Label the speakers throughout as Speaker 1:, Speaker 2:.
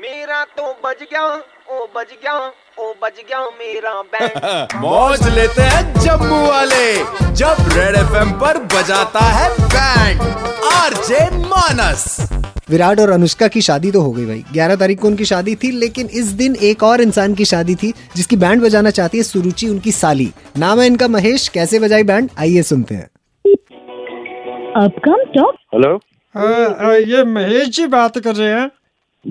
Speaker 1: ਮੇਰਾ ਤੋਂ ਬਜ ਗਿਆ ਉਹ ਬਜ ਗਿਆ ਉਹ ਬਜ ਗਿਆ ਮੇਰਾ ਬੈਂਡ
Speaker 2: मौज लेते हैं जम्मू वाले जब रेड एफएम पर बजाता है बैंड आरजे मानस
Speaker 3: विराट और अनुष्का की शादी तो हो गई भाई 11 तारीख को उनकी शादी थी लेकिन इस दिन एक और इंसान की शादी थी जिसकी बैंड बजाना चाहती है सुरुचि उनकी साली नाम है इनका महेश कैसे बजाई बैंड आइए सुनते हैं
Speaker 4: अब कम टॉक
Speaker 5: हेलो
Speaker 6: हाँ, ये महेश जी बात कर रहे हैं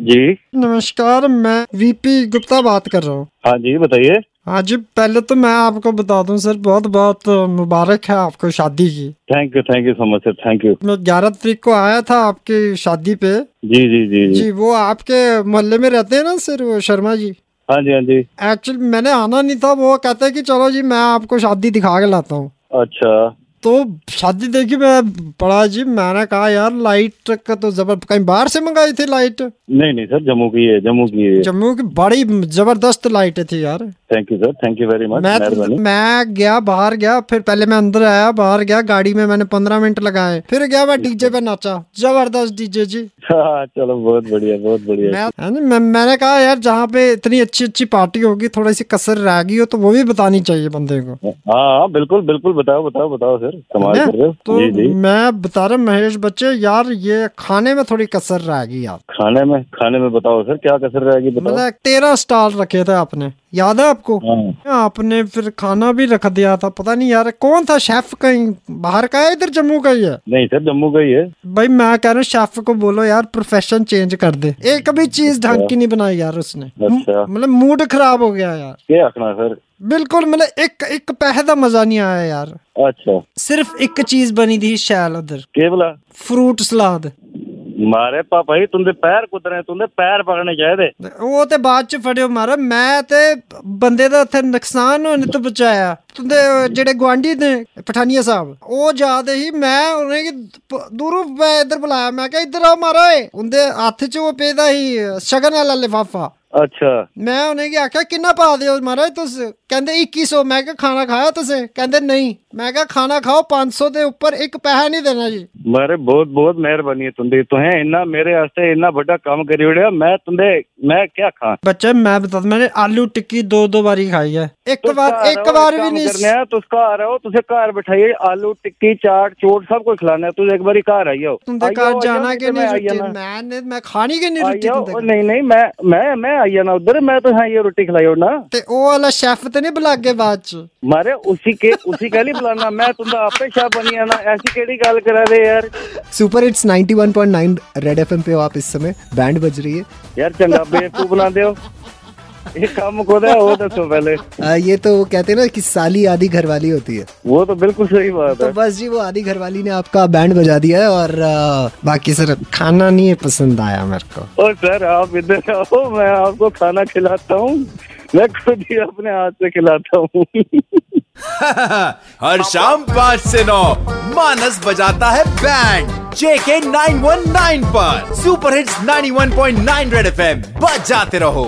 Speaker 5: जी
Speaker 6: नमस्कार मैं वीपी गुप्ता बात कर रहा हूँ
Speaker 5: हाँ जी बताइए
Speaker 6: हाँ जी पहले तो मैं आपको बता दूं सर बहुत बहुत मुबारक है आपको शादी की
Speaker 5: thank you thank you so much sir thank you
Speaker 6: मैं ग्यारह तारीख को आया था आपकी शादी पे
Speaker 5: जी जी जी जी
Speaker 6: जी वो आपके मोहल्ले में रहते हैं ना सर वो शर्मा जी
Speaker 5: हाँ जी हाँ जी
Speaker 6: एक्चुअली मैंने आना नहीं था वो कहते हैं कि चलो जी मैं आपको शादी दिखा के लाता हूँ
Speaker 5: अच्छा
Speaker 6: तो शादी देखी मैं पड़ा जी मैंने कहा यार लाइट का तो जबर कहीं बाहर से मंगाई थी लाइट
Speaker 5: नहीं नहीं सर जम्मू की है जम्मू की है
Speaker 6: जम्मू की बड़ी जबरदस्त लाइटें थी यार
Speaker 5: thank you sir thank you very much
Speaker 6: मैं तो
Speaker 5: मेहरबानी
Speaker 6: मैं गया बाहर गया फिर पहले मैं अंदर आया बाहर गया गाड़ी में मैंने पंद्रह मिनट लगाए फिर गया मैं डीजे पे नाचा जबरदस्त डीजे जी
Speaker 5: हाँ, चलो बहुत बढ़िया बहुत बढ़िया
Speaker 6: मैं है ना, मैं- मैंने कहा यार जहाँ पे इतनी अच्छी अच्छी पार्टी होगी थोड़ी सी कसर रह गई हो तो वो भी बतानी चाहिए बंदे को
Speaker 5: हाँ हाँ बिल्कुल बिल्कुल बताओ बताओ बताओ सर कमाल
Speaker 6: है
Speaker 5: कर रहे
Speaker 6: ना?
Speaker 5: हो
Speaker 6: तो
Speaker 5: जी जी
Speaker 6: मैं बता रहा हूँ, महेश बच्चे यार ये खाने में थोड़ी कसर रह गई यार
Speaker 5: खाने में खाने में बताओ सर क्या कसर रहेगी बताओ
Speaker 6: मतलब तेरह स्टार रखे थे आपने याद है आपको
Speaker 5: हाँ
Speaker 6: आपने फिर खाना भी रख दिया था पता नहीं यार कौन था शेफ कहीं बाहर का है इधर जम्मू का ही है
Speaker 5: नहीं सर जम्मू का ही है
Speaker 6: भाई मैं कह रहा हूँ शेफ को बोलो यार प्रोफेशन चेंज कर दे एक भी चीज ढंग की नहीं बनाई यार उसने
Speaker 5: अच्छा।
Speaker 6: म- मतलब मूड खराब हो गया यार
Speaker 5: क्या आखना सर
Speaker 6: बिल्कुल मतलब एक एक पैसे का मजा नहीं आया यार
Speaker 5: अच्छा
Speaker 6: सिर्फ एक चीज बनी थी शैल उधर
Speaker 5: के बोला
Speaker 6: फ्रूट सलाद
Speaker 5: मारे पापा जी तुंदे पैर कुतरे तुंदे पैर पकड़ने चाहिए
Speaker 6: ਉਹ ਤੇ ਬਾਅਦ ਚ ਫੜਿਓ ਮਾਰਾ ਮੈਂ ਤੇ ਬੰਦੇ ਦਾ ਉੱਥੇ ਨੁਕਸਾਨ ਹੋਣ ਤੋਂ ਬਚਾਇਆ ਤੁੰਦੇ ਜਿਹੜੇ ਗਵਾਂਢੀ ਨੇ ਪਠਾਨੀਆ ਸਾਹਿਬ ਉਹ ਜਾਦੇ ਹੀ ਮੈਂ ਉਹਨੇ ਕਿ ਪ- ਦੂਰੋਂ ਮੈਂ ਇੱਧਰ ਬੁਲਾਇਆ ਮੈਂ ਕਿਹਾ ਇੱਧਰ ਆ ਮਾਰਾ ਏ ਉਹਦੇ ਹੱਥ 'ਚ ਉਹ ਪੈਦਾ ਹੀ ਸ਼ਗਨ ਵਾਲਾ ਲਿਫਾਫਾ
Speaker 5: अच्छा
Speaker 6: ਮੈਂ ਉਹਨੇ ਕਿ ਆਖਿਆ ਕਿੰਨਾ ਪਾ ਦਿਓ ਮਹਾਰਾਜ ਤੁਸੀਂ ਕਹਿੰਦੇ 2100 ਮੈਂ ਕਿਹਾ ਖਾਣਾ ਖਾਇਆ ਤੁਸੀਂ ਕਹਿੰਦੇ ਨਹੀਂ ਮੈਂ ਕਿਹਾ ਖਾਣਾ ਖਾਓ 500 ਦੇ ਉੱਪਰ ਇੱਕ ਪੈਸਾ ਨਹੀਂ ਦੇਣਾ ਜੀ
Speaker 5: ਮਾਰੇ ਬਹੁਤ ਬਹੁਤ ਮਿਹਰਬਾਨੀ ਹੈ ਤੁੰਦੀ ਤੁਸੀਂ ਇੰਨਾ ਮੇਰੇ ਵਾਸਤੇ ਇੰਨਾ ਵੱਡਾ ਕੰਮ ਕਰੀ ਉੜਿਆ ਮੈਂ ਤੁੰਦੇ ਮੈਂ ਕੀ ਖਾਂ
Speaker 6: ਬੱਚੇ ਮੈਂ ਬਤਾ ਮੈਨੇ ਆਲੂ ਟਿੱਕੀ ਦੋ ਦੋ ਵਾਰੀ ਖਾਈ ਹੈ ਇੱਕ
Speaker 5: तुस
Speaker 6: ਵਾਰ
Speaker 5: घर
Speaker 6: ਇੱਕ
Speaker 5: आओ,
Speaker 6: ਵਾਰ
Speaker 5: एक
Speaker 6: ਵੀ
Speaker 5: काम
Speaker 6: ਨਹੀਂ
Speaker 5: करने हैं, तुस घर आओ तुसे घर बिठाइए आलू टिक्की चाट चोट सब कुछ खिलाना है तुस एक बारी घर आई आओ
Speaker 6: ਤੁੰਦੇ
Speaker 5: आई
Speaker 6: ਘਰ
Speaker 5: आओ,
Speaker 6: ਜਾਣਾ
Speaker 5: आई
Speaker 6: ਕਿ
Speaker 5: आओ,
Speaker 6: ਨਹੀਂ
Speaker 5: मैं आई
Speaker 6: ਰੋਟੀ
Speaker 5: जाना।
Speaker 6: ਮੈਂ ਮੈਂ ਖਾਣੀ ਕਿ ਨਹੀਂ
Speaker 5: आई
Speaker 6: ਰੋਟੀ
Speaker 5: आओ, ओ,
Speaker 6: ਤੁੰਦੇ
Speaker 5: नहीं नहीं मैं मैं मैं आई जाना उधर मैं तो हाँ ये रोटी खिलाई उड़ना
Speaker 6: ਤੇ ਉਹ ਵਾਲਾ ਸ਼ੈਫ ਤੇ ਨਹੀਂ ਬੁਲਾਗੇ ਬਾਅਦ ਚ
Speaker 5: मारे उसी के उसी कहली बुलाना मैं तुंदा आपे शाह बनी आना ऐसी केड़ी गल करा दे यार
Speaker 3: सुपर हिट्स 91.9 रेड एफएम पे हो आप इस समय बैंड बज रही है
Speaker 5: यार चंगा बेवकूफ बना दे ये काम को दे वो दसो पहले
Speaker 3: आ, ये तो वो कहते हैं ना कि साली आधी घरवाली होती है
Speaker 5: वो तो बिल्कुल सही बात है
Speaker 3: तो बस जी वो आधी घरवाली ने आपका बैंड बजा दिया है और आ,
Speaker 6: ਬਾਕੀ ਸਰ ਖਾਣਾ ਨਹੀਂ ਪਸੰਦ ਆਇਆ ਮੇਰੇ ਕੋ
Speaker 5: और सर आप इधर आओ मैं आपको खाना खिलाता हूँ मैं खुद ही अपने हाथ से खिलाता हूँ
Speaker 2: हर शाम पाँच से नौ मानस बजाता है बैंड जेके 919 पर सुपर हिट्स 91.9 रेड एफएम बजाते रहो